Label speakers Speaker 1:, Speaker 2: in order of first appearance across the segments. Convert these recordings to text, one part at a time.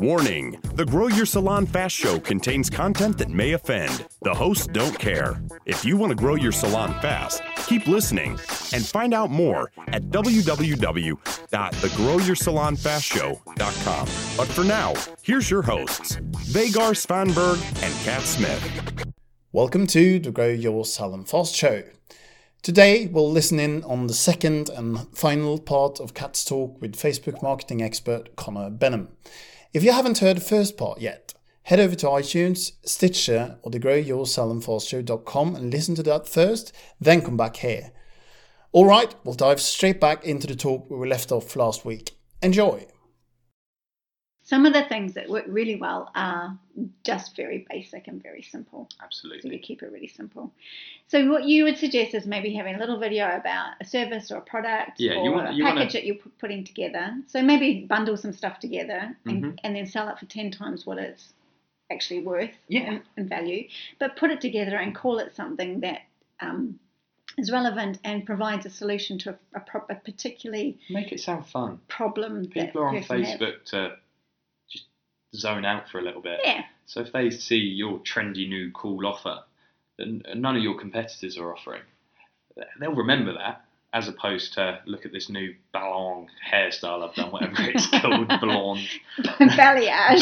Speaker 1: Warning The Grow Your Salon Fast Show contains content that may offend. The hosts don't care. If you want to grow your salon fast, keep listening and find out more at www.thegrowyoursalonfastshow.com. But for now, here's your hosts, Vagar Svanberg and Kat Smith.
Speaker 2: Welcome to the Grow Your Salon Fast Show. Today we'll listen in on the second and final part of Kat's talk with Facebook marketing expert Connor Benham. If you haven't heard the first part yet, head over to iTunes, Stitcher, or thegrowyoursalonfastshow.com and listen to that first, then come back here. All right, we'll dive straight back into the talk we were left off last week. Enjoy.
Speaker 3: Some of the things that work really well are just very basic and very simple. So you
Speaker 4: Absolutely.
Speaker 3: keep it really simple. So what you would suggest is maybe having a little video about a service or a product
Speaker 4: Yeah,
Speaker 3: or
Speaker 4: you want-
Speaker 3: a
Speaker 4: you
Speaker 3: package
Speaker 4: wanna-
Speaker 3: that you're pu- putting together. So maybe bundle some stuff together and,
Speaker 4: Mhm.
Speaker 3: and then sell it for ten times what it's actually worth
Speaker 4: Yeah.
Speaker 3: in, in value. But put it together and call it something that um, is relevant and provides a solution to a, a, pro- a particularly
Speaker 4: Make it sound fun.
Speaker 3: problem that
Speaker 4: People are on
Speaker 3: person has.
Speaker 4: Facebook to just zone out for a little bit.
Speaker 3: Yeah.
Speaker 4: So if they see your trendy new cool offer that n- none of your competitors are offering, they'll remember that as opposed to look at this new ballon hairstyle I've done, whatever it's called, blonde.
Speaker 3: Balayage.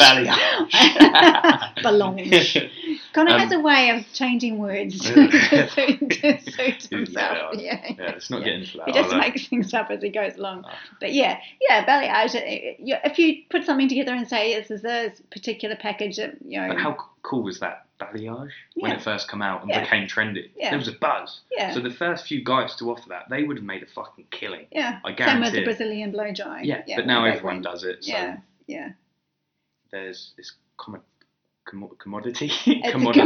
Speaker 4: Balayage.
Speaker 3: Balange. Connor
Speaker 4: Um,
Speaker 3: has a way of changing words
Speaker 4: Really?
Speaker 3: to suit, to suit
Speaker 4: Yeah,
Speaker 3: himself.
Speaker 4: I-
Speaker 3: Yeah.
Speaker 4: yeah, let's not
Speaker 3: Yeah.
Speaker 4: get into that.
Speaker 3: He just
Speaker 4: I'll, uh,
Speaker 3: makes things up as he goes along.
Speaker 4: Ah.
Speaker 3: But yeah, yeah, balayage. uh, you- If you put something together and say this is this particular package that you know,
Speaker 4: But how c- cool was that balayage when
Speaker 3: Yeah.
Speaker 4: it first came out and
Speaker 3: Yeah.
Speaker 4: became trendy?
Speaker 3: Yeah.
Speaker 4: There was a buzz.
Speaker 3: Yeah.
Speaker 4: So the first few guys to offer that, they would have made a fucking killing.
Speaker 3: yeah, same
Speaker 4: I
Speaker 3: with
Speaker 4: guarantee
Speaker 3: the
Speaker 4: it.
Speaker 3: Brazilian blow dry.
Speaker 4: Yeah, but now
Speaker 3: like
Speaker 4: everyone
Speaker 3: when-
Speaker 4: does it. So
Speaker 3: Yeah, yeah.
Speaker 4: there's this commo- commo- commodity.
Speaker 3: It's a commodity.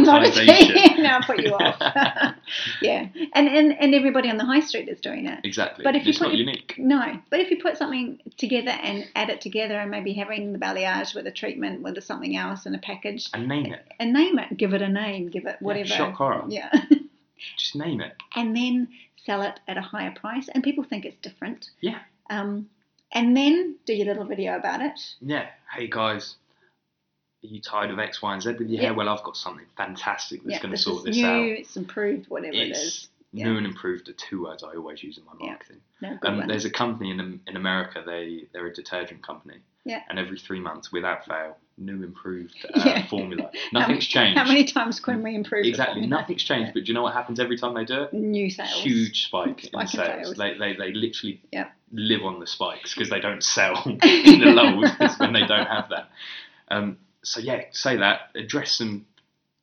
Speaker 4: commoditization.
Speaker 3: now I put you off. yeah, and, and and everybody on the high street is doing it.
Speaker 4: exactly.
Speaker 3: But if you
Speaker 4: it's
Speaker 3: put
Speaker 4: not
Speaker 3: your-
Speaker 4: unique.
Speaker 3: No, but if you put something together and add it together and maybe having the balayage with a treatment with something else in a package
Speaker 4: And name it.
Speaker 3: and name it, give it a name, give it whatever.
Speaker 4: shock horror.
Speaker 3: Yeah.
Speaker 4: Just name it.
Speaker 3: and then sell it at a higher price and people think it's different.
Speaker 4: Yeah.
Speaker 3: Um, and then do your little video about it.
Speaker 4: Yeah. Hey guys, are you tired of X, Y, and Z with your
Speaker 3: Yeah.
Speaker 4: hair? Well, I've got something fantastic that's
Speaker 3: yeah,
Speaker 4: going to
Speaker 3: this
Speaker 4: sort
Speaker 3: is
Speaker 4: this
Speaker 3: new,
Speaker 4: out.
Speaker 3: it's improved, whatever it
Speaker 4: It's
Speaker 3: is. yeah.
Speaker 4: new and improved are two words I always use in my
Speaker 3: Yeah.
Speaker 4: marketing.
Speaker 3: No good
Speaker 4: Um,
Speaker 3: one.
Speaker 4: there's a company in in America. They they're a detergent company.
Speaker 3: Yeah.
Speaker 4: And every three months, without fail, new improved uh,
Speaker 3: Yeah.
Speaker 4: formula.
Speaker 3: How
Speaker 4: Nothing's
Speaker 3: many-
Speaker 4: changed.
Speaker 3: Um, How many times can we improve? the
Speaker 4: exactly.
Speaker 3: formula?
Speaker 4: Nothing's changed. But do you know what happens every time they do it?
Speaker 3: New sales.
Speaker 4: Huge spike,
Speaker 3: Spike in
Speaker 4: in sales.
Speaker 3: sales.
Speaker 4: They, they they literally
Speaker 3: Yeah.
Speaker 4: live on the spikes because they don't sell in the lows it's when they don't have that. Um, so yeah, say that. Address some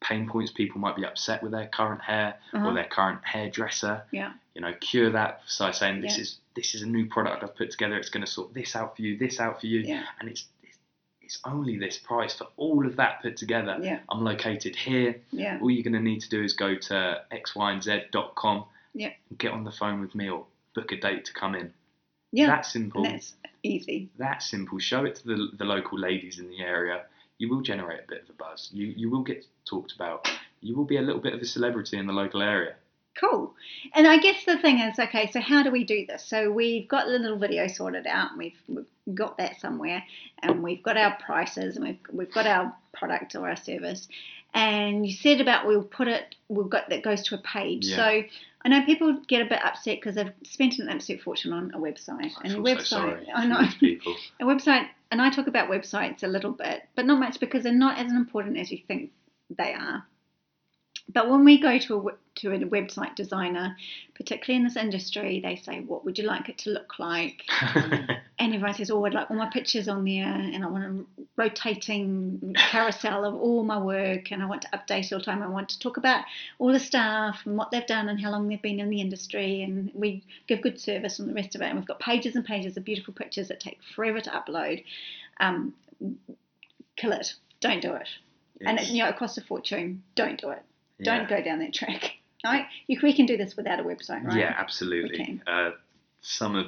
Speaker 4: pain points people might be upset with their current hair
Speaker 3: Uh-huh.
Speaker 4: or their current hairdresser
Speaker 3: Yeah.
Speaker 4: you know, cure that by saying this
Speaker 3: Yeah.
Speaker 4: is this is a new product I've put together. It's going to sort this out for you, this out for you,
Speaker 3: Yeah.
Speaker 4: and it's it's- it's only this price for all of that put together.
Speaker 3: Yeah.
Speaker 4: I'm located here.
Speaker 3: Yeah.
Speaker 4: All you're going to need to do is go to xyandz.com.
Speaker 3: Yeah.
Speaker 4: Get on the phone with me or book a date to come in.
Speaker 3: Yeah.
Speaker 4: That simple.
Speaker 3: and that's easy.
Speaker 4: that simple. Show it to the, the local ladies in the area. You will generate a bit of a buzz. You you will get talked about. You will be a little bit of a celebrity in the local area.
Speaker 3: Cool. And I guess the thing is, okay, so how do we do this? So we've got the little video sorted out, and we've, we've got that somewhere, and we've got our prices, and we've, we've got our product or our service. And you said about we'll put it, we've got that goes to a page.
Speaker 4: Yeah.
Speaker 3: So I know people get a bit upset because they've spent an absolute fortune on a website,
Speaker 4: I
Speaker 3: and a
Speaker 4: feel
Speaker 3: website,
Speaker 4: so sorry
Speaker 3: I
Speaker 4: for
Speaker 3: know,
Speaker 4: these people.
Speaker 3: a website, and I talk about websites a little bit, but not much because they're not as important as you think they are. But when we go to a, we- to a website designer, particularly in this industry, they say, What would you like it to look like? And everyone says, Oh, I'd like all my pictures on there, and I want a rotating carousel of all my work, and I want to update all the time. I want to talk about all the staff and what they've done and how long they've been in the industry, and we give good service and the rest of it. And we've got pages and pages of beautiful pictures that take forever to upload. Um, kill it. Don't do it. And it,
Speaker 4: It's-
Speaker 3: you know, it costs a fortune. Don't do it.
Speaker 4: yeah.
Speaker 3: Don't go down that track. Right? You, we can do this without a website, right?
Speaker 4: Yeah, absolutely.
Speaker 3: Okay.
Speaker 4: Uh, some of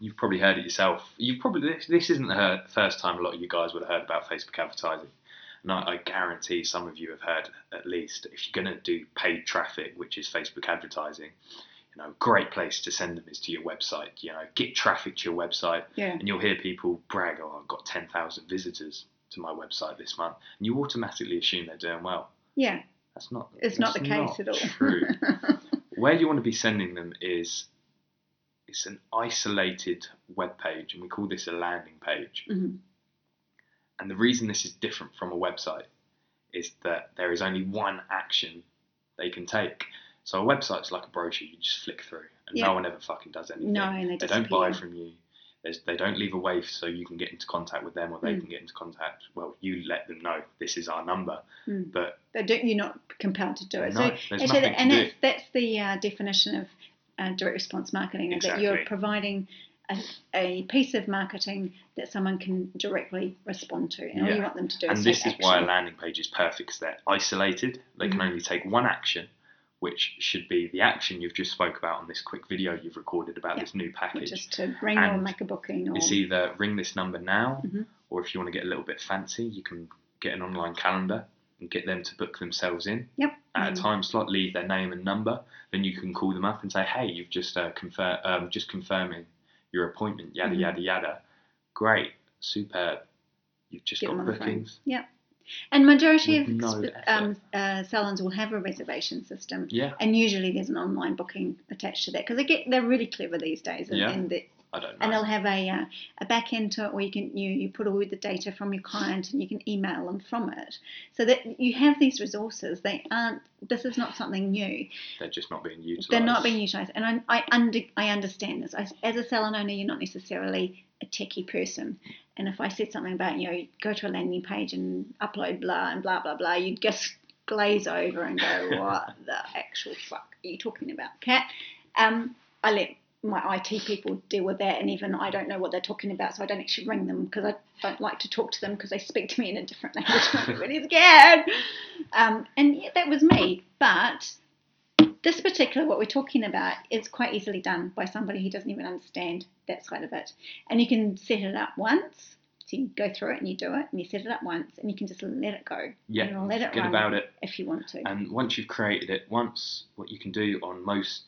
Speaker 4: you've probably heard it yourself. You probably this, this isn't the her- first time a lot of you guys would have heard about Facebook advertising, and I, I guarantee some of you have heard at least. If you're going to do paid traffic, which is Facebook advertising, you know, great place to send them is to your website. You know, get traffic to your website,
Speaker 3: Yeah.
Speaker 4: and you'll hear people brag, "Oh, I've got ten thousand visitors." to my website this month, and you automatically assume they're doing well.
Speaker 3: Yeah,
Speaker 4: That's not.
Speaker 3: it's not the
Speaker 4: that's
Speaker 3: case at all.
Speaker 4: True. Where you want to be sending them is it's an isolated web page, and we call this a landing page.
Speaker 3: Mhm.
Speaker 4: And the reason this is different from a website is that there is only one action they can take. So a website's like a brochure you just flick through, and
Speaker 3: Yeah.
Speaker 4: no one ever fucking does anything.
Speaker 3: No, and they
Speaker 4: they don't buy
Speaker 3: disappear.
Speaker 4: from you. There's, they don't leave a way so you can get into contact with them, or they
Speaker 3: Mm.
Speaker 4: can get into contact. Well, you let them know this is our number,
Speaker 3: Mm.
Speaker 4: but
Speaker 3: But don't, you're not compelled to do it.
Speaker 4: No,
Speaker 3: so
Speaker 4: there's
Speaker 3: actually,
Speaker 4: nothing to
Speaker 3: and
Speaker 4: do.
Speaker 3: that's, that's the uh, definition of uh, direct response marketing is that you're
Speaker 4: Exactly.
Speaker 3: providing a, a piece of marketing that someone can directly respond to, and all you
Speaker 4: Yeah.
Speaker 3: want them to do
Speaker 4: and
Speaker 3: is
Speaker 4: this
Speaker 3: take
Speaker 4: is why a
Speaker 3: action.
Speaker 4: landing page is perfect because they're isolated they
Speaker 3: Mhm.
Speaker 4: can only take one action which should be the action you've just spoke about on this quick video you've recorded about
Speaker 3: Yeah.
Speaker 4: this new
Speaker 3: which
Speaker 4: package
Speaker 3: is to ring or
Speaker 4: And
Speaker 3: make a booking or
Speaker 4: it's either ring this number now
Speaker 3: Mhm.
Speaker 4: or if you want to get a little bit fancy you can get an online calendar and get them to book themselves in
Speaker 3: yep,
Speaker 4: at
Speaker 3: Mm.
Speaker 4: a time slot leave their name and number then you can call them up and say hey you've just uh, confirm um, just confirming your appointment yada
Speaker 3: Mhm.
Speaker 4: yada yada great superb you've just
Speaker 3: Get them
Speaker 4: got
Speaker 3: on the phone.
Speaker 4: bookings
Speaker 3: Yeah. And majority
Speaker 4: With
Speaker 3: of
Speaker 4: no
Speaker 3: sp-
Speaker 4: effort.
Speaker 3: um, uh, salons will have a reservation system.
Speaker 4: yeah
Speaker 3: And usually there's an online booking attached to that because they get they're really clever these days, and,
Speaker 4: Yeah.
Speaker 3: and, the,
Speaker 4: i don't know
Speaker 3: and they'll have a uh, a back end to it where you can you, you put all the data from your client and you can email them from it, so that you have these resources. They aren't this is not something new.
Speaker 4: they're just not being utilized.
Speaker 3: They're not being utilised, and I I, under, I understand this. I, as a salon owner, you're not necessarily a techie person, and if I said something about you know go to a landing page and upload blah and blah blah blah, you'd just glaze over and go what the actual fuck are you talking about, cat? Um, I let my IT people deal with that, and even I don't know what they're talking about, so I don't actually ring them because I don't like to talk to them because they speak to me in a different language. and I'm really scared. Um, and yeah, that was me, but this particular what we're talking about is quite easily done by somebody who doesn't even understand that side of it and you can set it up once so you go through it and you do it and you set it up once and you can just let it go
Speaker 4: Yeah,
Speaker 3: and let it
Speaker 4: forget
Speaker 3: run
Speaker 4: about it.
Speaker 3: if you want to
Speaker 4: And once you've created it, once what you can do on most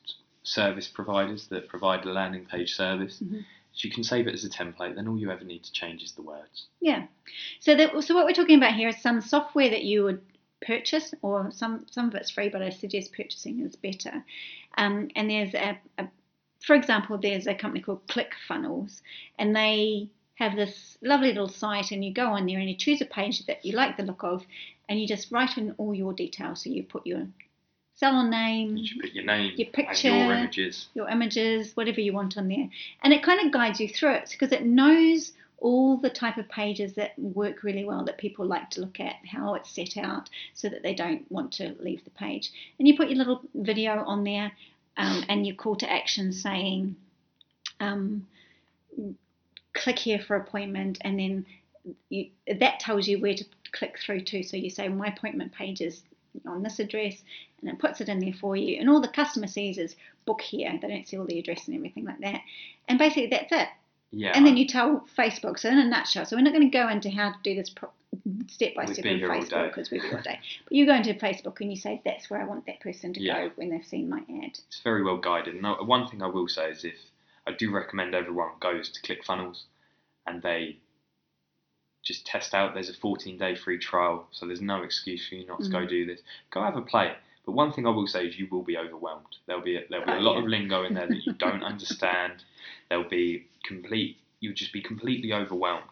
Speaker 4: service providers that provide a landing page service
Speaker 3: Mhm.
Speaker 4: is you can save it as a template. Then all you ever need to change is the words.
Speaker 3: Yeah. So that so what we're talking about here is some software that you would purchase, or some some of it's free, but I suggest purchasing is better. Um, and there's a, a, for example, there's a company called ClickFunnels, and they have this lovely little site, and you go on there and you choose a page that you like the look of, and you just write in all your details. So you put your salon name,
Speaker 4: You should put your name,
Speaker 3: Mm-hmm. Your picture.
Speaker 4: and your images.
Speaker 3: your images, whatever you want on there. And it kind of guides you through it because it knows all the type of pages that work really well that people like to look at, how it's set out so that they don't want to leave the page. And you put your little video on there um, and your call to action saying, um, click here for appointment and then you, that tells you where to click through to. So you say my appointment page is on this address, and it puts it in there for you. And all the customer sees is book here. They don't see all the address and everything like that. And basically that's it.
Speaker 4: Yeah.
Speaker 3: And then you tell Facebook. So in a nutshell, so we're not going to go into how to do this pro- step by
Speaker 4: We'd
Speaker 3: step
Speaker 4: be
Speaker 3: on
Speaker 4: here all
Speaker 3: Facebook
Speaker 4: day.
Speaker 3: because we're here all day. But you go into Facebook and you say that's where I want that person to
Speaker 4: Yeah.
Speaker 3: go when they've seen my ad.
Speaker 4: it's very well guided. And I- one thing I will say is if I do recommend everyone goes to ClickFunnels and they just test out. There's a 14 day free trial, so there's no excuse for you not to go
Speaker 3: Mm-hmm.
Speaker 4: do this. Go have a play. But one thing I will say is you will be overwhelmed. There'll be a, there'll be a
Speaker 3: Oh,
Speaker 4: lot
Speaker 3: yeah.
Speaker 4: of lingo in there that you don't understand. There'll be complete. You'll just be completely overwhelmed.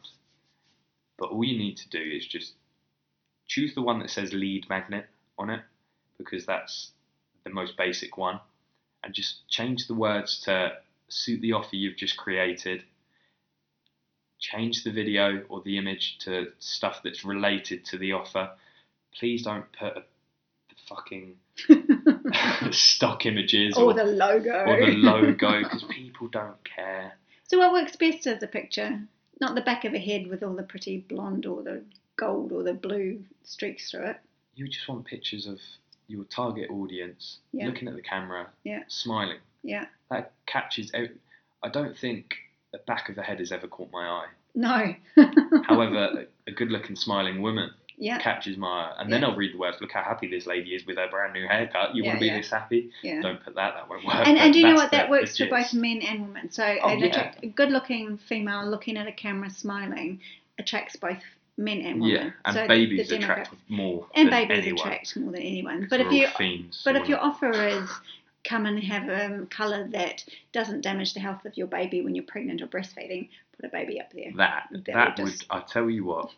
Speaker 4: But all you need to do is just choose the one that says lead magnet on it because that's the most basic one and just change the words to suit the offer you've just created change the video or the image to stuff that's related to the offer please don't put a, the fucking stock images
Speaker 3: Or
Speaker 4: or,
Speaker 3: the logo.
Speaker 4: or the logo because people don't care
Speaker 3: so what works best as a picture? Not the back of a head with all the pretty blonde or the gold or the blue streaks through it.
Speaker 4: you just want pictures of your target audience
Speaker 3: Yeah.
Speaker 4: looking at the camera
Speaker 3: Yeah.
Speaker 4: smiling
Speaker 3: Yeah.
Speaker 4: that catches ev- i don't think the back of the head has ever caught my eye
Speaker 3: No.
Speaker 4: However, a good looking, smiling woman
Speaker 3: yeah.
Speaker 4: catches my eye. And then
Speaker 3: Yeah.
Speaker 4: I'll read the words, look how happy this lady is with her brand new haircut. You
Speaker 3: Yeah,
Speaker 4: want to be
Speaker 3: yeah.
Speaker 4: this happy?
Speaker 3: Yeah.
Speaker 4: Don't put that, that won't work.
Speaker 3: and,
Speaker 4: But
Speaker 3: and do you know what?
Speaker 4: that's
Speaker 3: That
Speaker 4: the-
Speaker 3: works
Speaker 4: the
Speaker 3: for both
Speaker 4: gist.
Speaker 3: men and women. So,
Speaker 4: Oh,
Speaker 3: an
Speaker 4: yeah.
Speaker 3: attract, a good looking female looking at a camera smiling attracts both men and women.
Speaker 4: Yeah, and
Speaker 3: So the-
Speaker 4: babies
Speaker 3: the
Speaker 4: attract
Speaker 3: demographic-
Speaker 4: more
Speaker 3: and
Speaker 4: than
Speaker 3: babies
Speaker 4: anyone.
Speaker 3: attract more than anyone.
Speaker 4: 'cause
Speaker 3: But
Speaker 4: we're
Speaker 3: if
Speaker 4: all
Speaker 3: you
Speaker 4: fiends,
Speaker 3: but
Speaker 4: all
Speaker 3: if your
Speaker 4: of-
Speaker 3: offer is come and have a um, colour that doesn't damage the health of your baby when you're pregnant or breastfeeding, put a baby up there.
Speaker 4: that
Speaker 3: that would
Speaker 4: that would
Speaker 3: just-
Speaker 4: I tell you what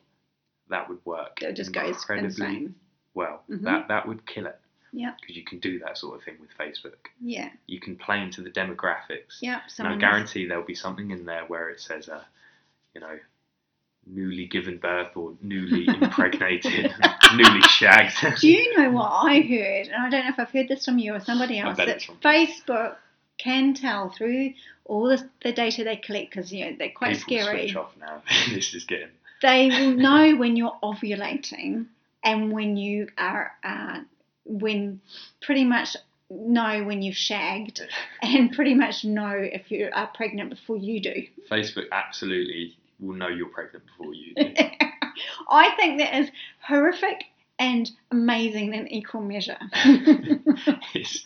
Speaker 4: that would work.
Speaker 3: It just goes
Speaker 4: incredibly
Speaker 3: insane.
Speaker 4: Well,
Speaker 3: Mhm.
Speaker 4: that that would kill it
Speaker 3: Yeah,
Speaker 4: because you can do that sort of thing with Facebook.
Speaker 3: yeah,
Speaker 4: You can play into the demographics.
Speaker 3: yeah.
Speaker 4: and I
Speaker 3: Someone has-
Speaker 4: guarantee there'll be something in there where it says, uh, you know, newly given birth or newly impregnated, newly shagged.
Speaker 3: Do you know what I heard? And I don't know if I've heard this from you or somebody
Speaker 4: I
Speaker 3: else.
Speaker 4: bet
Speaker 3: That
Speaker 4: it's from-
Speaker 3: Facebook can tell through all the, the data they collect because you know they're quite
Speaker 4: People
Speaker 3: scary.
Speaker 4: switch off now. this is getting.
Speaker 3: They will know when you're ovulating and when you are uh, when pretty much know when you've shagged and pretty much know if you are pregnant before you do.
Speaker 4: Facebook absolutely will know you're pregnant before you. do.
Speaker 3: I think that is horrific and amazing in equal measure.
Speaker 4: It's-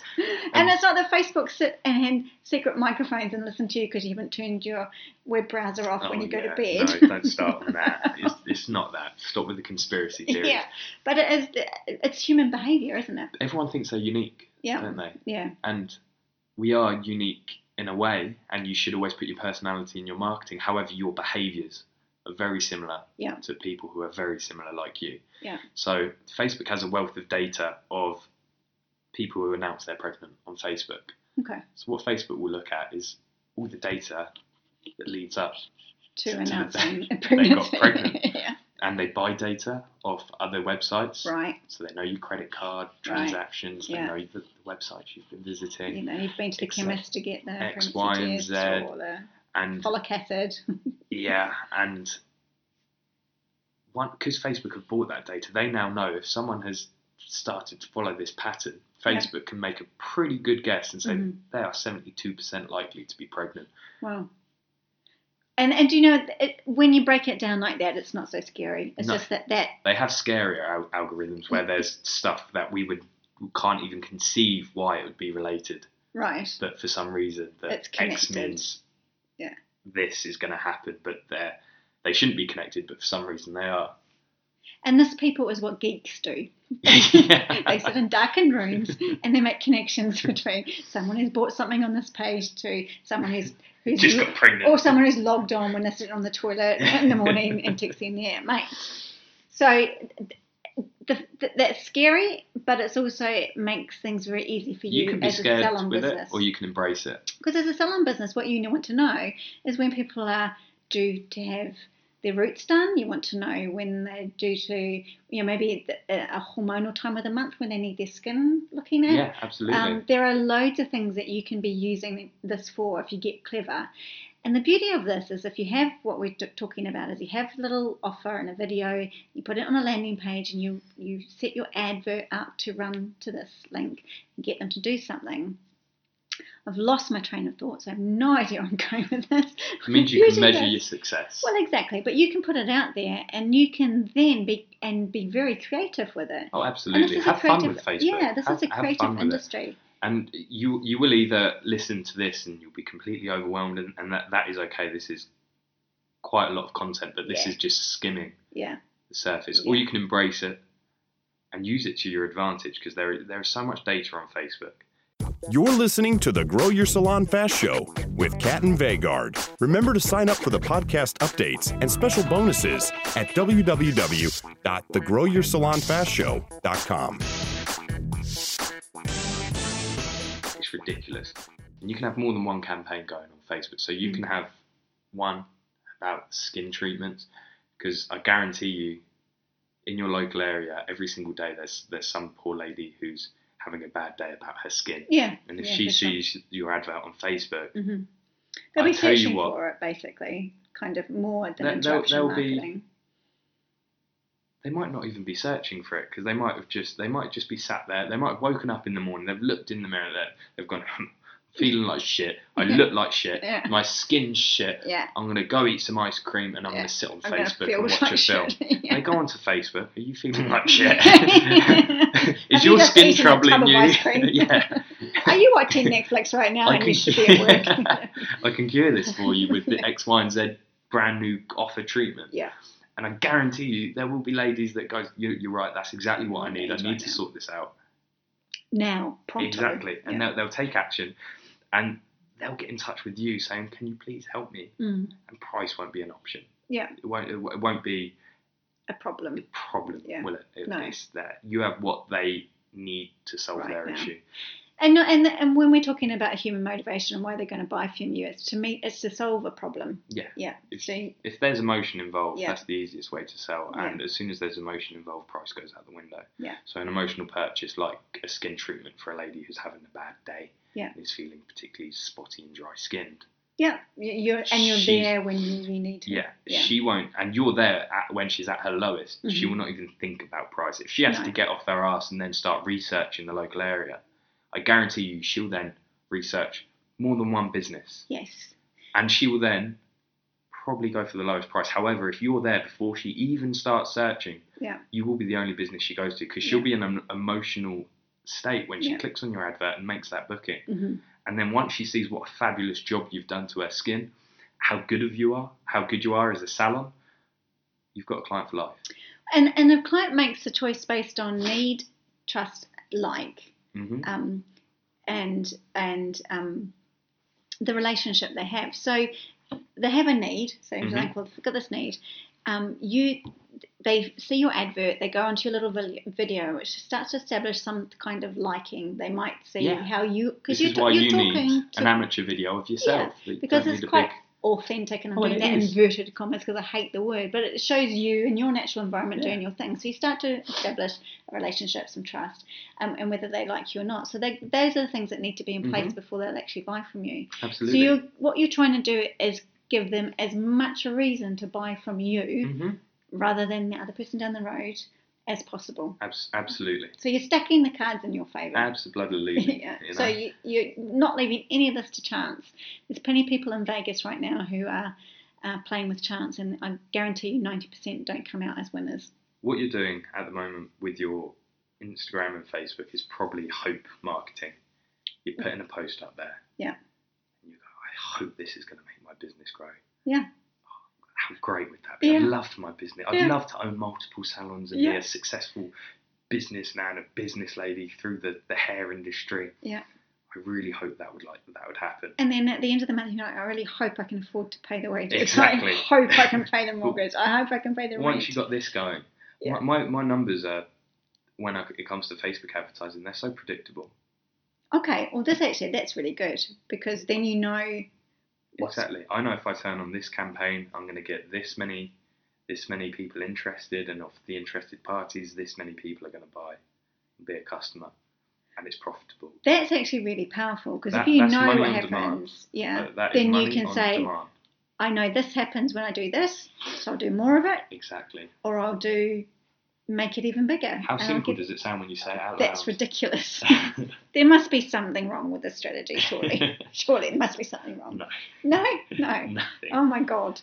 Speaker 3: And it's not that Facebook sit and hand secret microphones and listen to you because you haven't turned your web browser off when
Speaker 4: oh,
Speaker 3: you go
Speaker 4: yeah,
Speaker 3: to bed.
Speaker 4: No, don't start on that. It's, it's not that. Stop with the conspiracy theories.
Speaker 3: yeah, but it is it's human behavior, isn't it?
Speaker 4: Everyone thinks they're unique,
Speaker 3: Yeah,
Speaker 4: don't they?
Speaker 3: yeah,
Speaker 4: And we are unique in a way, and you should always put your personality in your marketing. However, your behaviors are very similar
Speaker 3: Yeah.
Speaker 4: to people who are very similar like you.
Speaker 3: Yeah.
Speaker 4: So Facebook has a wealth of data of people who announce they're pregnant on Facebook.
Speaker 3: okay.
Speaker 4: So what Facebook will look at is all the data that leads up,
Speaker 3: To
Speaker 4: So
Speaker 3: announcing
Speaker 4: they-
Speaker 3: a pregnancy.
Speaker 4: they got pregnant.
Speaker 3: yeah,
Speaker 4: and they buy data off other websites.
Speaker 3: right.
Speaker 4: So they know your credit card transactions.
Speaker 3: Yeah.
Speaker 4: They know the, the websites you've been visiting,
Speaker 3: You know, you've been to the
Speaker 4: It's
Speaker 3: chemist to get the
Speaker 4: X,
Speaker 3: pregnancy
Speaker 4: Y, and
Speaker 3: test
Speaker 4: Z.
Speaker 3: or the
Speaker 4: and
Speaker 3: folic acid.
Speaker 4: Yeah, and one because Facebook have bought that data, they now know if someone has started to follow this pattern,
Speaker 3: Yeah.
Speaker 4: Facebook can make a pretty good guess and say
Speaker 3: Mhm.
Speaker 4: they are seventy-two percent likely to be pregnant.
Speaker 3: Wow. And and do you know it, when you break it down like that, it's not so scary. It's
Speaker 4: No.
Speaker 3: just that that
Speaker 4: They have scarier al- algorithms where there's stuff that we would we can't even conceive why it would be related,
Speaker 3: right.
Speaker 4: but for some reason that
Speaker 3: It's
Speaker 4: X
Speaker 3: connected.
Speaker 4: means
Speaker 3: Yeah.
Speaker 4: this is going to happen, but they're they shouldn't be connected, but for some reason they are.
Speaker 3: And this people is what geeks do. they sit in darkened rooms and they make connections between someone who's bought something on this page to someone who's who's
Speaker 4: Just got pregnant.
Speaker 3: or someone who's logged on when they're sitting on the toilet in the morning and texting their mate. So th- th- th- that's scary, but it's also it makes things very easy for you,
Speaker 4: you can be
Speaker 3: as a salon
Speaker 4: scared with
Speaker 3: business.
Speaker 4: it, or you can embrace it.
Speaker 3: Because as a salon business, what you want to know is when people are due to have their roots done. You want to know when they're due to, you know, maybe th- a a hormonal time of the month when they need their skin looking at.
Speaker 4: Yeah, absolutely.
Speaker 3: Um, there are loads of things that you can be using this for if you get clever. And the beauty of this is if you have what we're t- talking about is you have a little offer and a video, you put it on a landing page and you, you set your advert up to run to this link and get them to do something. I've lost my train of thought, so I have no idea where I'm going with this.
Speaker 4: it means you can
Speaker 3: Beauty
Speaker 4: measure
Speaker 3: is-
Speaker 4: your success.
Speaker 3: Well, exactly, but you can put it out there and you can then be and be very creative with it.
Speaker 4: oh,
Speaker 3: And this
Speaker 4: absolutely.
Speaker 3: is a
Speaker 4: Have fun
Speaker 3: creative-
Speaker 4: with Facebook.
Speaker 3: Yeah, this
Speaker 4: have,
Speaker 3: is a
Speaker 4: have
Speaker 3: creative
Speaker 4: fun with it.
Speaker 3: industry.
Speaker 4: And you you will either listen to this and you'll be completely overwhelmed, and, and that, that is okay. This is quite a lot of content, but this
Speaker 3: Yeah.
Speaker 4: is just skimming
Speaker 3: Yeah.
Speaker 4: the surface.
Speaker 3: Yeah.
Speaker 4: Or you can embrace it and use it to your advantage because there there is so much data on Facebook.
Speaker 1: You're listening to the Grow Your Salon Fast Show with Kat and Vagard. Remember to sign up for the podcast updates and special bonuses at www.thegrowyoursalonfastshow.com.
Speaker 4: It's ridiculous. And you can have more than one campaign going on Facebook. So you
Speaker 3: Hmm.
Speaker 4: can have one about skin treatments, because I guarantee you, in your local area, every single day there's there's some poor lady who's having a bad day about her skin.
Speaker 3: Yeah.
Speaker 4: And if
Speaker 3: yeah,
Speaker 4: she
Speaker 3: for sure.
Speaker 4: sees your advert on Facebook,
Speaker 3: Mhm. They'll be
Speaker 4: I tell you
Speaker 3: searching
Speaker 4: what-
Speaker 3: for it basically, kind of more than
Speaker 4: There- there'll-
Speaker 3: interruption
Speaker 4: there'll be-
Speaker 3: marketing.
Speaker 4: they might not even be searching for it because they might have just they might just be sat there. They might have woken up in the morning. They've looked in the mirror. There, they've gone. "Hmm, Feeling like shit. I look like shit.
Speaker 3: Yeah.
Speaker 4: My skin's shit.
Speaker 3: Yeah.
Speaker 4: I'm gonna go eat some ice cream and I'm
Speaker 3: Yeah.
Speaker 4: gonna sit on
Speaker 3: I'm gonna
Speaker 4: Facebook
Speaker 3: feel
Speaker 4: and watch
Speaker 3: like
Speaker 4: a film.
Speaker 3: shit. Yeah.
Speaker 4: They go onto Facebook. Are you feeling like shit?
Speaker 3: Have
Speaker 4: Is
Speaker 3: you
Speaker 4: your
Speaker 3: just
Speaker 4: skin
Speaker 3: eaten a tub
Speaker 4: troubling
Speaker 3: of
Speaker 4: you?
Speaker 3: ice cream?
Speaker 4: yeah.
Speaker 3: Are you watching Netflix right now
Speaker 4: I
Speaker 3: and
Speaker 4: can-
Speaker 3: you should be at work?
Speaker 4: I can cure this for you with the X, Y, and Z brand new offer treatment.
Speaker 3: yeah.
Speaker 4: And I guarantee you, there will be ladies that goes, you, "You're right. That's exactly what I need. I
Speaker 3: Right
Speaker 4: need to
Speaker 3: now.
Speaker 4: sort this out."
Speaker 3: now, pronto.
Speaker 4: Exactly, and
Speaker 3: Yeah.
Speaker 4: they'll, they'll take action, and they'll get in touch with you saying, "Can you please help me?"
Speaker 3: Mm,
Speaker 4: And price won't be an option.
Speaker 3: yeah,
Speaker 4: It won't. It won't- it won't be
Speaker 3: a problem.
Speaker 4: a problem,
Speaker 3: Yeah.
Speaker 4: will it? It-
Speaker 3: No.
Speaker 4: It's there. You have what they need to solve
Speaker 3: Right
Speaker 4: their
Speaker 3: now.
Speaker 4: issue.
Speaker 3: And, not- and and when we're talking about human motivation and why they're going to buy from you, it's to me, it's to solve a problem.
Speaker 4: Yeah.
Speaker 3: Yeah.
Speaker 4: It's-
Speaker 3: So
Speaker 4: If there's emotion involved,
Speaker 3: Yeah.
Speaker 4: that's the easiest way to sell.
Speaker 3: Yeah.
Speaker 4: And as soon as there's emotion involved, price goes out the window.
Speaker 3: Yeah.
Speaker 4: So an emotional purchase, like a skin treatment for a lady who's having a bad day,
Speaker 3: Yeah.
Speaker 4: and is feeling particularly spotty and dry skinned.
Speaker 3: yeah, you- you're and you're
Speaker 4: She's-
Speaker 3: there when you you need to.
Speaker 4: Yeah,
Speaker 3: Yeah.
Speaker 4: she won't, and you're there at, when she's at her lowest. She
Speaker 3: Mhm.
Speaker 4: will not even think about price. If she has
Speaker 3: No.
Speaker 4: to get off their ass and then start researching the local area, I guarantee you she'll then research more than one business,
Speaker 3: Yes.
Speaker 4: and she will then probably go for the lowest price. However, if you're there before she even starts searching,
Speaker 3: Yeah.
Speaker 4: you will be the only business she goes to because she'll
Speaker 3: Yeah.
Speaker 4: be in an emotional state when she
Speaker 3: Yeah.
Speaker 4: clicks on your advert and makes that booking.
Speaker 3: hmm
Speaker 4: And then once she sees what a fabulous job you've done to her skin, how good of you are, how good you are as a salon, you've got a client for life.
Speaker 3: And and the client makes a choice based on need, trust, like.
Speaker 4: hmm
Speaker 3: um, and and um, the relationship they have. So they have a need. So you're
Speaker 4: Mhm.
Speaker 3: like, well, look at this need. Um, you, they see your advert. They go onto your little vil- video, which starts to establish some kind of liking. They might see
Speaker 4: Yeah.
Speaker 3: how you
Speaker 4: This
Speaker 3: because
Speaker 4: is
Speaker 3: you're,
Speaker 4: why
Speaker 3: you're
Speaker 4: you
Speaker 3: talking
Speaker 4: need
Speaker 3: to
Speaker 4: an amateur video of yourself. You don't
Speaker 3: because
Speaker 4: need
Speaker 3: it's
Speaker 4: a
Speaker 3: quite
Speaker 4: big-
Speaker 3: authentic, and I'm
Speaker 4: Well,
Speaker 3: doing
Speaker 4: it
Speaker 3: that
Speaker 4: is.
Speaker 3: inverted commas because I hate the word, but it shows you in your natural environment
Speaker 4: Yeah.
Speaker 3: doing your thing. So you start to establish a relationship, some trust, um, and whether they like you or not. So they, those are the things that need to be in place before they'll actually buy from you.
Speaker 4: Mm-hmm. absolutely.
Speaker 3: So you're, what you're trying to do is give them as much a reason to buy from you
Speaker 4: Mhm.
Speaker 3: rather than the other person down the road as possible.
Speaker 4: Abs- absolutely.
Speaker 3: So you're stacking the cards in your favour.
Speaker 4: Absolutely.
Speaker 3: Yeah.
Speaker 4: you know?
Speaker 3: So you, you're not leaving any of this to chance. There's plenty of people in Vegas right now who are uh, playing with chance, and I guarantee you 90% don't come out as winners.
Speaker 4: what you're doing at the moment with your Instagram and Facebook is probably hope marketing. You're putting a post up there.
Speaker 3: Yeah.
Speaker 4: And you go, I hope this is going to make my business grow.
Speaker 3: Yeah.
Speaker 4: How great would that be? I'd
Speaker 3: Yeah.
Speaker 4: love for my business. I'd
Speaker 3: Yeah.
Speaker 4: love to own multiple salons and be
Speaker 3: Yeah.
Speaker 4: a successful businessman, a business lady through the, the hair industry.
Speaker 3: Yeah.
Speaker 4: I really hope that would like that would happen.
Speaker 3: And then at the end of the month, you're like, I really hope I can afford to pay the wages.
Speaker 4: Exactly.
Speaker 3: I hope I can pay the mortgage. I hope I can pay the
Speaker 4: Once
Speaker 3: rent.
Speaker 4: you got this going,
Speaker 3: Yeah.
Speaker 4: my, my, my numbers are when I, it comes to Facebook advertising, they're so predictable.
Speaker 3: okay, well, this actually, that's really good because then you know what's
Speaker 4: Exactly. I know if I turn on this campaign, I'm going to get this many, this many people interested, and of the interested parties, this many people are going to buy, and be a customer, and it's profitable.
Speaker 3: That's actually really powerful because if
Speaker 4: That-
Speaker 3: you
Speaker 4: that's
Speaker 3: know
Speaker 4: money
Speaker 3: what
Speaker 4: on demand.
Speaker 3: happens, yeah,
Speaker 4: Uh, that is
Speaker 3: then you
Speaker 4: money
Speaker 3: can
Speaker 4: on
Speaker 3: say,
Speaker 4: demand.
Speaker 3: I know this happens when I do this, so I'll do more of it,
Speaker 4: exactly.
Speaker 3: or I'll do make it even bigger.
Speaker 4: How
Speaker 3: And I'll
Speaker 4: simple
Speaker 3: give-
Speaker 4: does it sound when you say it out
Speaker 3: That's
Speaker 4: loud?
Speaker 3: ridiculous. there must be something wrong with this strategy, surely. surely there must be something wrong.
Speaker 4: No.
Speaker 3: No, no.
Speaker 4: Nothing.
Speaker 3: Oh my god.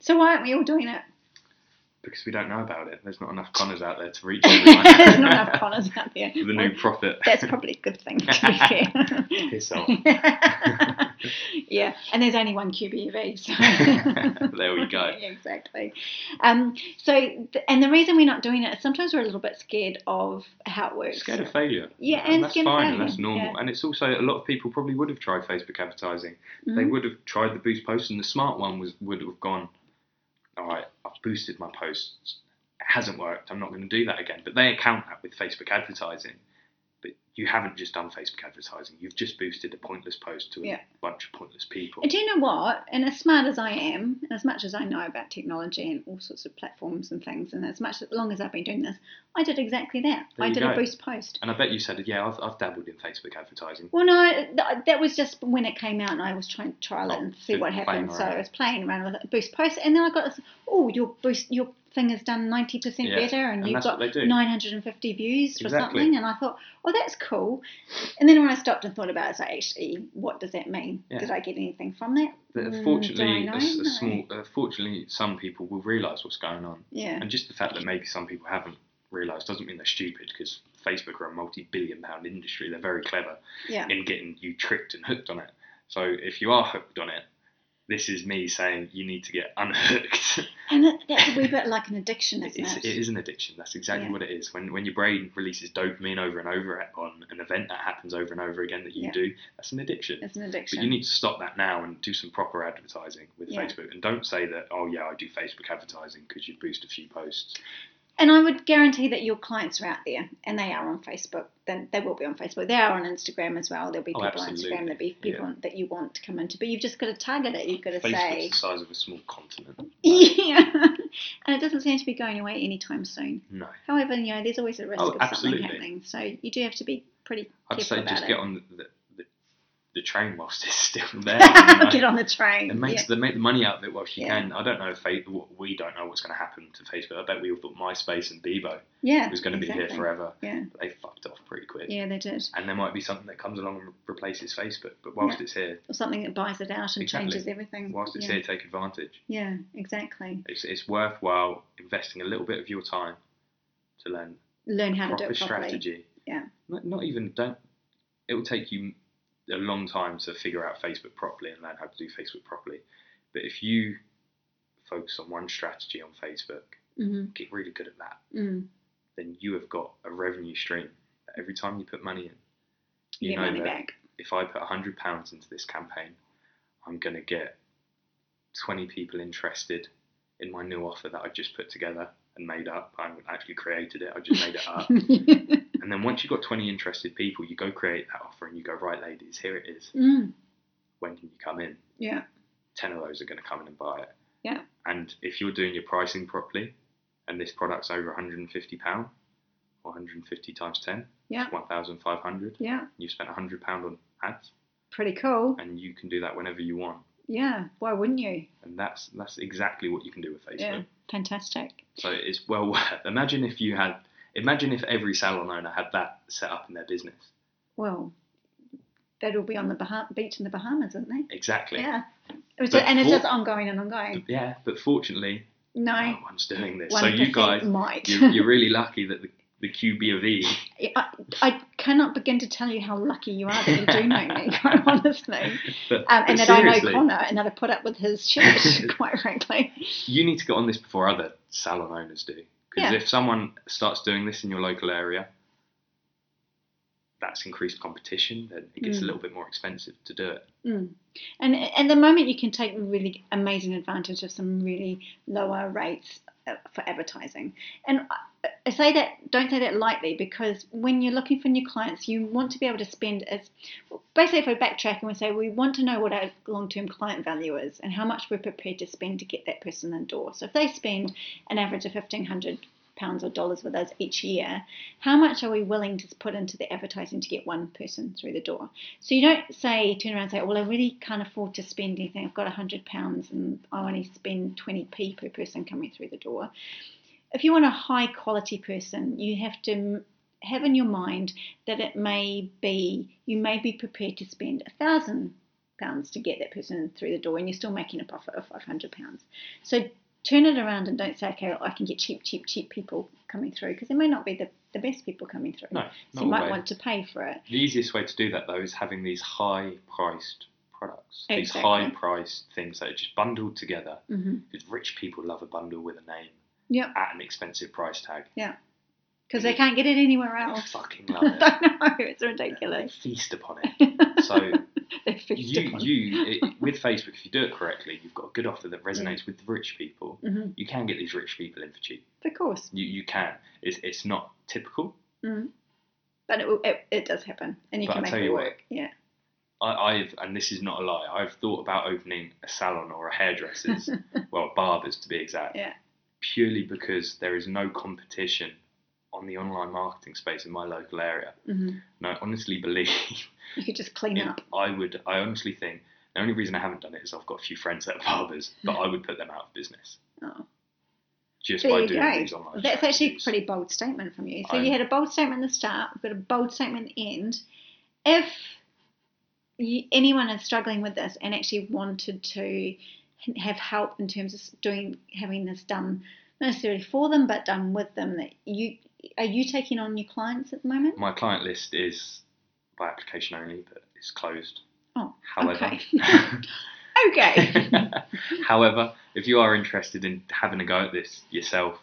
Speaker 3: So why aren't we all doing it?
Speaker 4: Because we don't know about it. There's not enough Connors out there to reach everyone.
Speaker 3: There's not enough Connors out there.
Speaker 4: the
Speaker 3: Well,
Speaker 4: new prophet.
Speaker 3: that's probably a good thing to be fair.
Speaker 4: Piss off.
Speaker 3: yeah, and there's only one QBEV. So.
Speaker 4: There we go.
Speaker 3: exactly. Um, so, th- and the reason we're not doing it is sometimes we're a little bit scared of how it works.
Speaker 4: Scared of failure.
Speaker 3: Yeah,
Speaker 4: And
Speaker 3: and
Speaker 4: that's
Speaker 3: scared of
Speaker 4: fine
Speaker 3: failure,
Speaker 4: and that's normal. And it's also a lot of people probably would have tried Facebook advertising. They
Speaker 3: Mhm.
Speaker 4: would have tried the boost post and the smart one was would have gone, All right, I've boosted my posts. It hasn't worked, I'm not gonna do that again. But they account that with Facebook advertising. But you haven't just done Facebook advertising, you've just boosted a pointless post to a
Speaker 3: Yeah.
Speaker 4: bunch of pointless people.
Speaker 3: And do you know what? And as smart as I am, and as much as I know about technology and all sorts of platforms and things, and as much as long as I've been doing this, I did exactly that.
Speaker 4: There
Speaker 3: I
Speaker 4: you
Speaker 3: did a
Speaker 4: go.
Speaker 3: boost post.
Speaker 4: And I bet you said, Yeah, I've, I've dabbled in Facebook advertising.
Speaker 3: Well, no, th- that was just when it came out, and I was trying to trial it
Speaker 4: Oh,
Speaker 3: and see
Speaker 4: just
Speaker 3: what
Speaker 4: playing
Speaker 3: happened. So
Speaker 4: around.
Speaker 3: I was playing around with it, boost post, and then I got this. Oh, your boost, your thing has done ninety percent
Speaker 4: Yeah,
Speaker 3: better, and,
Speaker 4: and
Speaker 3: you've
Speaker 4: that's
Speaker 3: got
Speaker 4: what they do.
Speaker 3: nine hundred and fifty views for
Speaker 4: Exactly.
Speaker 3: something. And I thought, oh, that's cool. And then when I stopped and thought about it, I was like, actually, what does that mean?
Speaker 4: Yeah.
Speaker 3: Did I get anything from that? Mm,
Speaker 4: That
Speaker 3: do
Speaker 4: fortunately,
Speaker 3: I
Speaker 4: a
Speaker 3: know?
Speaker 4: s- a
Speaker 3: No.
Speaker 4: small, uh, fortunately, some people will realise what's going on.
Speaker 3: Yeah.
Speaker 4: And just the fact that maybe some people haven't realised doesn't mean they're stupid because Facebook are a multi billion pound industry. They're very clever
Speaker 3: Yeah.
Speaker 4: in getting you tricked and hooked on it. So if you are hooked on it, This is me saying you need to get unhooked.
Speaker 3: And it, that's a wee bit like an addiction, isn't
Speaker 4: It's,
Speaker 3: it?
Speaker 4: it is an addiction. That's exactly
Speaker 3: Yeah.
Speaker 4: what it is. When when your brain releases dopamine over and over on an event that happens over and over again that you
Speaker 3: Yeah.
Speaker 4: do, that's an addiction.
Speaker 3: It's an
Speaker 4: But
Speaker 3: addiction.
Speaker 4: you need to stop that now and do some proper advertising with
Speaker 3: Yeah.
Speaker 4: Facebook. And don't say that, oh, yeah, I do Facebook advertising because you boost a few posts.
Speaker 3: and I would guarantee that your clients are out there, and they are on Facebook. Then they will be on Facebook. They are on Instagram as well. There'll be
Speaker 4: Oh,
Speaker 3: people on
Speaker 4: absolutely.
Speaker 3: Instagram. There'll be people
Speaker 4: Yeah.
Speaker 3: on, that you want to come into. But you've just got to target it. You've got to
Speaker 4: Facebook's
Speaker 3: say,
Speaker 4: the size of a small continent.
Speaker 3: yeah. And it doesn't seem to be going away anytime soon.
Speaker 4: No.
Speaker 3: However, you know, there's always a risk
Speaker 4: Oh,
Speaker 3: of
Speaker 4: absolutely.
Speaker 3: something happening. So you do have to be pretty
Speaker 4: I'd
Speaker 3: careful
Speaker 4: say
Speaker 3: about
Speaker 4: just
Speaker 3: it.
Speaker 4: get on the, the, the train whilst it's still there. you know?
Speaker 3: Get on the train.
Speaker 4: It makes
Speaker 3: yeah.
Speaker 4: the make the money out of it whilst you
Speaker 3: Yeah.
Speaker 4: can. I don't know if Fa- what- we don't know what's going to happen to Facebook. I bet we all thought MySpace and Bebo
Speaker 3: yeah,
Speaker 4: was going to be here
Speaker 3: exactly.
Speaker 4: forever.
Speaker 3: Yeah,
Speaker 4: But they fucked off pretty quick.
Speaker 3: yeah, they did.
Speaker 4: And there might be something that comes along and replaces Facebook. But whilst it's here,
Speaker 3: Or something that buys it out and
Speaker 4: Exactly.
Speaker 3: changes everything.
Speaker 4: whilst it's
Speaker 3: yeah.
Speaker 4: here, take advantage.
Speaker 3: Yeah, exactly.
Speaker 4: It's it's worthwhile investing a little bit of your time to learn
Speaker 3: Learn how to do
Speaker 4: proper
Speaker 3: it properly.
Speaker 4: strategy.
Speaker 3: Yeah.
Speaker 4: Not, not even don't. It will take you a long time to figure out Facebook properly and learn how to do Facebook properly. But if you focus on one strategy on Facebook,
Speaker 3: hmm
Speaker 4: get really good at that,
Speaker 3: Mm.
Speaker 4: then you have got a revenue stream. that Every time you put money in,
Speaker 3: You
Speaker 4: you
Speaker 3: get
Speaker 4: know
Speaker 3: money
Speaker 4: that
Speaker 3: back.
Speaker 4: if I put hundred pounds into this campaign, I'm gonna get twenty people interested in my new offer that I just put together and made up. I haven't actually created it. I just made it up. And then once you've got 20 interested people, you go create that offer and you go, right, ladies, here it is.
Speaker 3: mm.
Speaker 4: When can you come in?
Speaker 3: Yeah,
Speaker 4: 10 of those are going to come in and buy it.
Speaker 3: Yeah.
Speaker 4: And if you're doing your pricing properly and this product's over £150 or 150 times 10,
Speaker 3: yeah,
Speaker 4: 1,500,
Speaker 3: yeah.
Speaker 4: you've spent £100 on ads
Speaker 3: Pretty cool.
Speaker 4: and you can do that whenever you want.
Speaker 3: Yeah, why wouldn't you?
Speaker 4: And that's that's exactly what you can do with Facebook.
Speaker 3: Yeah, fantastic.
Speaker 4: So it's well worth. Imagine if you had, imagine if every salon owner had that set up in their business.
Speaker 3: Well, they'd all be on the Baham- beach in the Bahamas, wouldn't they?
Speaker 4: Exactly.
Speaker 3: Yeah. It was
Speaker 4: But
Speaker 3: just, and it's
Speaker 4: for-
Speaker 3: just ongoing and ongoing.
Speaker 4: Yeah, but fortunately,
Speaker 3: No,
Speaker 4: no one's doing this.
Speaker 3: one
Speaker 4: So you guys,
Speaker 3: might.
Speaker 4: you're, you're really lucky that the, the QB of E.
Speaker 3: I, I cannot begin to tell you how lucky you are that you do know me, quite honestly.
Speaker 4: But,
Speaker 3: Um,
Speaker 4: but
Speaker 3: and that I know
Speaker 4: seriously,
Speaker 3: Connor and that I put up with his shit, quite frankly.
Speaker 4: you need to get on this before other salon owners do. Because
Speaker 3: Yeah.
Speaker 4: if someone starts doing this in your local area, that's increased competition. Then it gets
Speaker 3: Mm.
Speaker 4: a little bit more expensive to do it.
Speaker 3: Mm. And at the moment, you can take really amazing advantage of some really lower rates uh, for advertising. And I- I say that, don't say that lightly, because when you're looking for new clients, you want to be able to spend as basically, if we backtrack and we say we want to know what our long term client value is and how much we're prepared to spend to get that person in the door. So if they spend an average of £1,500 or dollars with us each year, how much are we willing to put into the advertising to get one person through the door? So you don't say turn around and say, well, I really can't afford to spend anything. I've got hundred pounds and I only spend twenty p per person coming through the door. If you want a high quality person, you have to m- have in your mind that it may be you may be prepared to spend a thousand pounds to get that person through the door, and you're still making a profit of five hundred pounds. So turn it around and don't say, okay, I can get cheap, cheap, cheap people coming through because they may not be the, the best people coming through.
Speaker 4: No,
Speaker 3: so
Speaker 4: not
Speaker 3: you might
Speaker 4: always.
Speaker 3: want to pay for it.
Speaker 4: The easiest way to do that, though, is having these high priced products, these
Speaker 3: Exactly.
Speaker 4: high priced things that are just bundled together.
Speaker 3: Mm-hmm.
Speaker 4: Because rich people love a bundle with a name
Speaker 3: Yep.
Speaker 4: at an expensive price tag.
Speaker 3: because they can't get it anywhere
Speaker 4: I
Speaker 3: else.
Speaker 4: fucking love it.
Speaker 3: I know it's
Speaker 4: They
Speaker 3: ridiculous.
Speaker 4: feast upon it. So
Speaker 3: They're fixed
Speaker 4: you,
Speaker 3: upon.
Speaker 4: you it, with Facebook, if you do it correctly, you've got a good offer that resonates with the rich people.
Speaker 3: Mhm.
Speaker 4: You can get these rich people in for cheap.
Speaker 3: Of course,
Speaker 4: You you can. It's it's not typical.
Speaker 3: but it, will- it, it does happen, and you
Speaker 4: But
Speaker 3: can
Speaker 4: I
Speaker 3: make
Speaker 4: tell
Speaker 3: it
Speaker 4: you
Speaker 3: work.
Speaker 4: what.
Speaker 3: Yeah,
Speaker 4: I, I've and this is not a lie. I've thought about opening a salon or a hairdresser's, well, barbers to be exact.
Speaker 3: Yeah.
Speaker 4: Purely because there is no competition on the online marketing space in my local area.
Speaker 3: hmm
Speaker 4: And I honestly believe
Speaker 3: you could just clean
Speaker 4: And
Speaker 3: up.
Speaker 4: I would, I honestly think the only reason I haven't done it is I've got a few friends that are barbers, but I would put them out of business
Speaker 3: Oh,
Speaker 4: just
Speaker 3: there
Speaker 4: by
Speaker 3: you
Speaker 4: doing these
Speaker 3: go.
Speaker 4: online.
Speaker 3: That's actually a
Speaker 4: strategies.
Speaker 3: pretty bold statement from you. So you
Speaker 4: I'm-
Speaker 3: had a bold statement at the start, but a bold statement at the end. If you, anyone is struggling with this and actually wanted to have help in terms of doing having this done, not necessarily for them, but done with them, that you are you taking on new clients at the moment?
Speaker 4: My client list is by application only, but it's closed.
Speaker 3: Oh,
Speaker 4: However,
Speaker 3: okay. Okay.
Speaker 4: However, if you are interested in having a go at this yourself,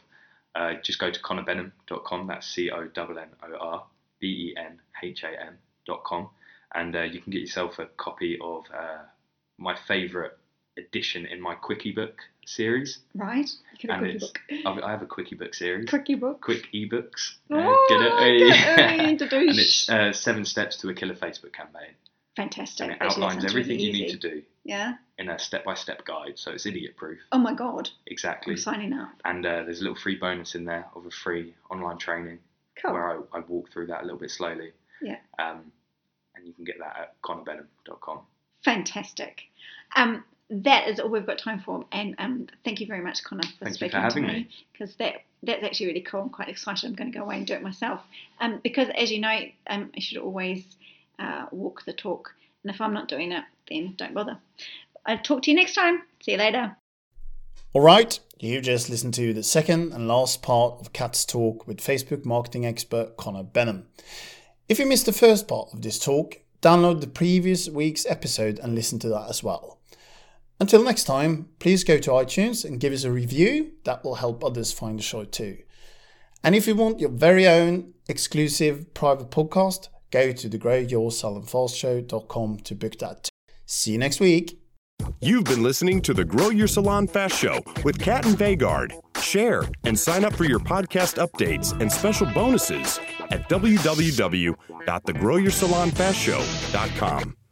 Speaker 4: uh, just go to connorbenham.com. That's C O N N O R B E N H A M.com. And uh, you can get yourself a copy of uh, my favourite edition in my Quickie Book series.
Speaker 3: Right. Give a
Speaker 4: And
Speaker 3: quickie
Speaker 4: it's-
Speaker 3: book.
Speaker 4: I've, I have a Quickie Book series.
Speaker 3: Quickie book.
Speaker 4: Quick ebooks. Uh,
Speaker 3: Oh,
Speaker 4: get it?
Speaker 3: get it.
Speaker 4: and it's uh, seven steps to a killer Facebook campaign.
Speaker 3: Fantastic.
Speaker 4: And it
Speaker 3: Actually, that
Speaker 4: outlines
Speaker 3: sounds
Speaker 4: everything
Speaker 3: really
Speaker 4: you need
Speaker 3: easy.
Speaker 4: to do
Speaker 3: Yeah.
Speaker 4: in a step by step guide. So it's idiot proof.
Speaker 3: Oh my god.
Speaker 4: Exactly.
Speaker 3: I'm signing up.
Speaker 4: And uh, there's a little free bonus in there of a free online training
Speaker 3: Cool.
Speaker 4: where I, I walk through that a little bit slowly.
Speaker 3: Yeah.
Speaker 4: Um, and you can get that at connorbenham.com.
Speaker 3: Fantastic. Um, that is all we've got time for. And um, thank you very much, Connor, for
Speaker 4: Thank you for
Speaker 3: speaking
Speaker 4: having
Speaker 3: to me
Speaker 4: me.
Speaker 3: because that that's actually really cool. I'm quite excited. I'm going to go away and do it myself. Um, because as you know, um, I should always uh, walk the talk. And if I'm not doing it, then don't bother. I'll talk to you next time. See you later.
Speaker 2: All right, you just listened to the second and last part of Kat's talk with Facebook marketing expert Connor Benham. If you missed the first part of this talk, download the previous week's episode and listen to that as well. Until next time, please go to iTunes and give us a review. That will help others find the show too. And if you want your very own exclusive private podcast, go to the growyoursalonfastshow.com to book that. too. See you next week.
Speaker 1: You've been listening to the Grow Your Salon Fast Show with Kat and Vagard. Share and sign up for your podcast updates and special bonuses at www.thegrowyoursalonfastshow.com.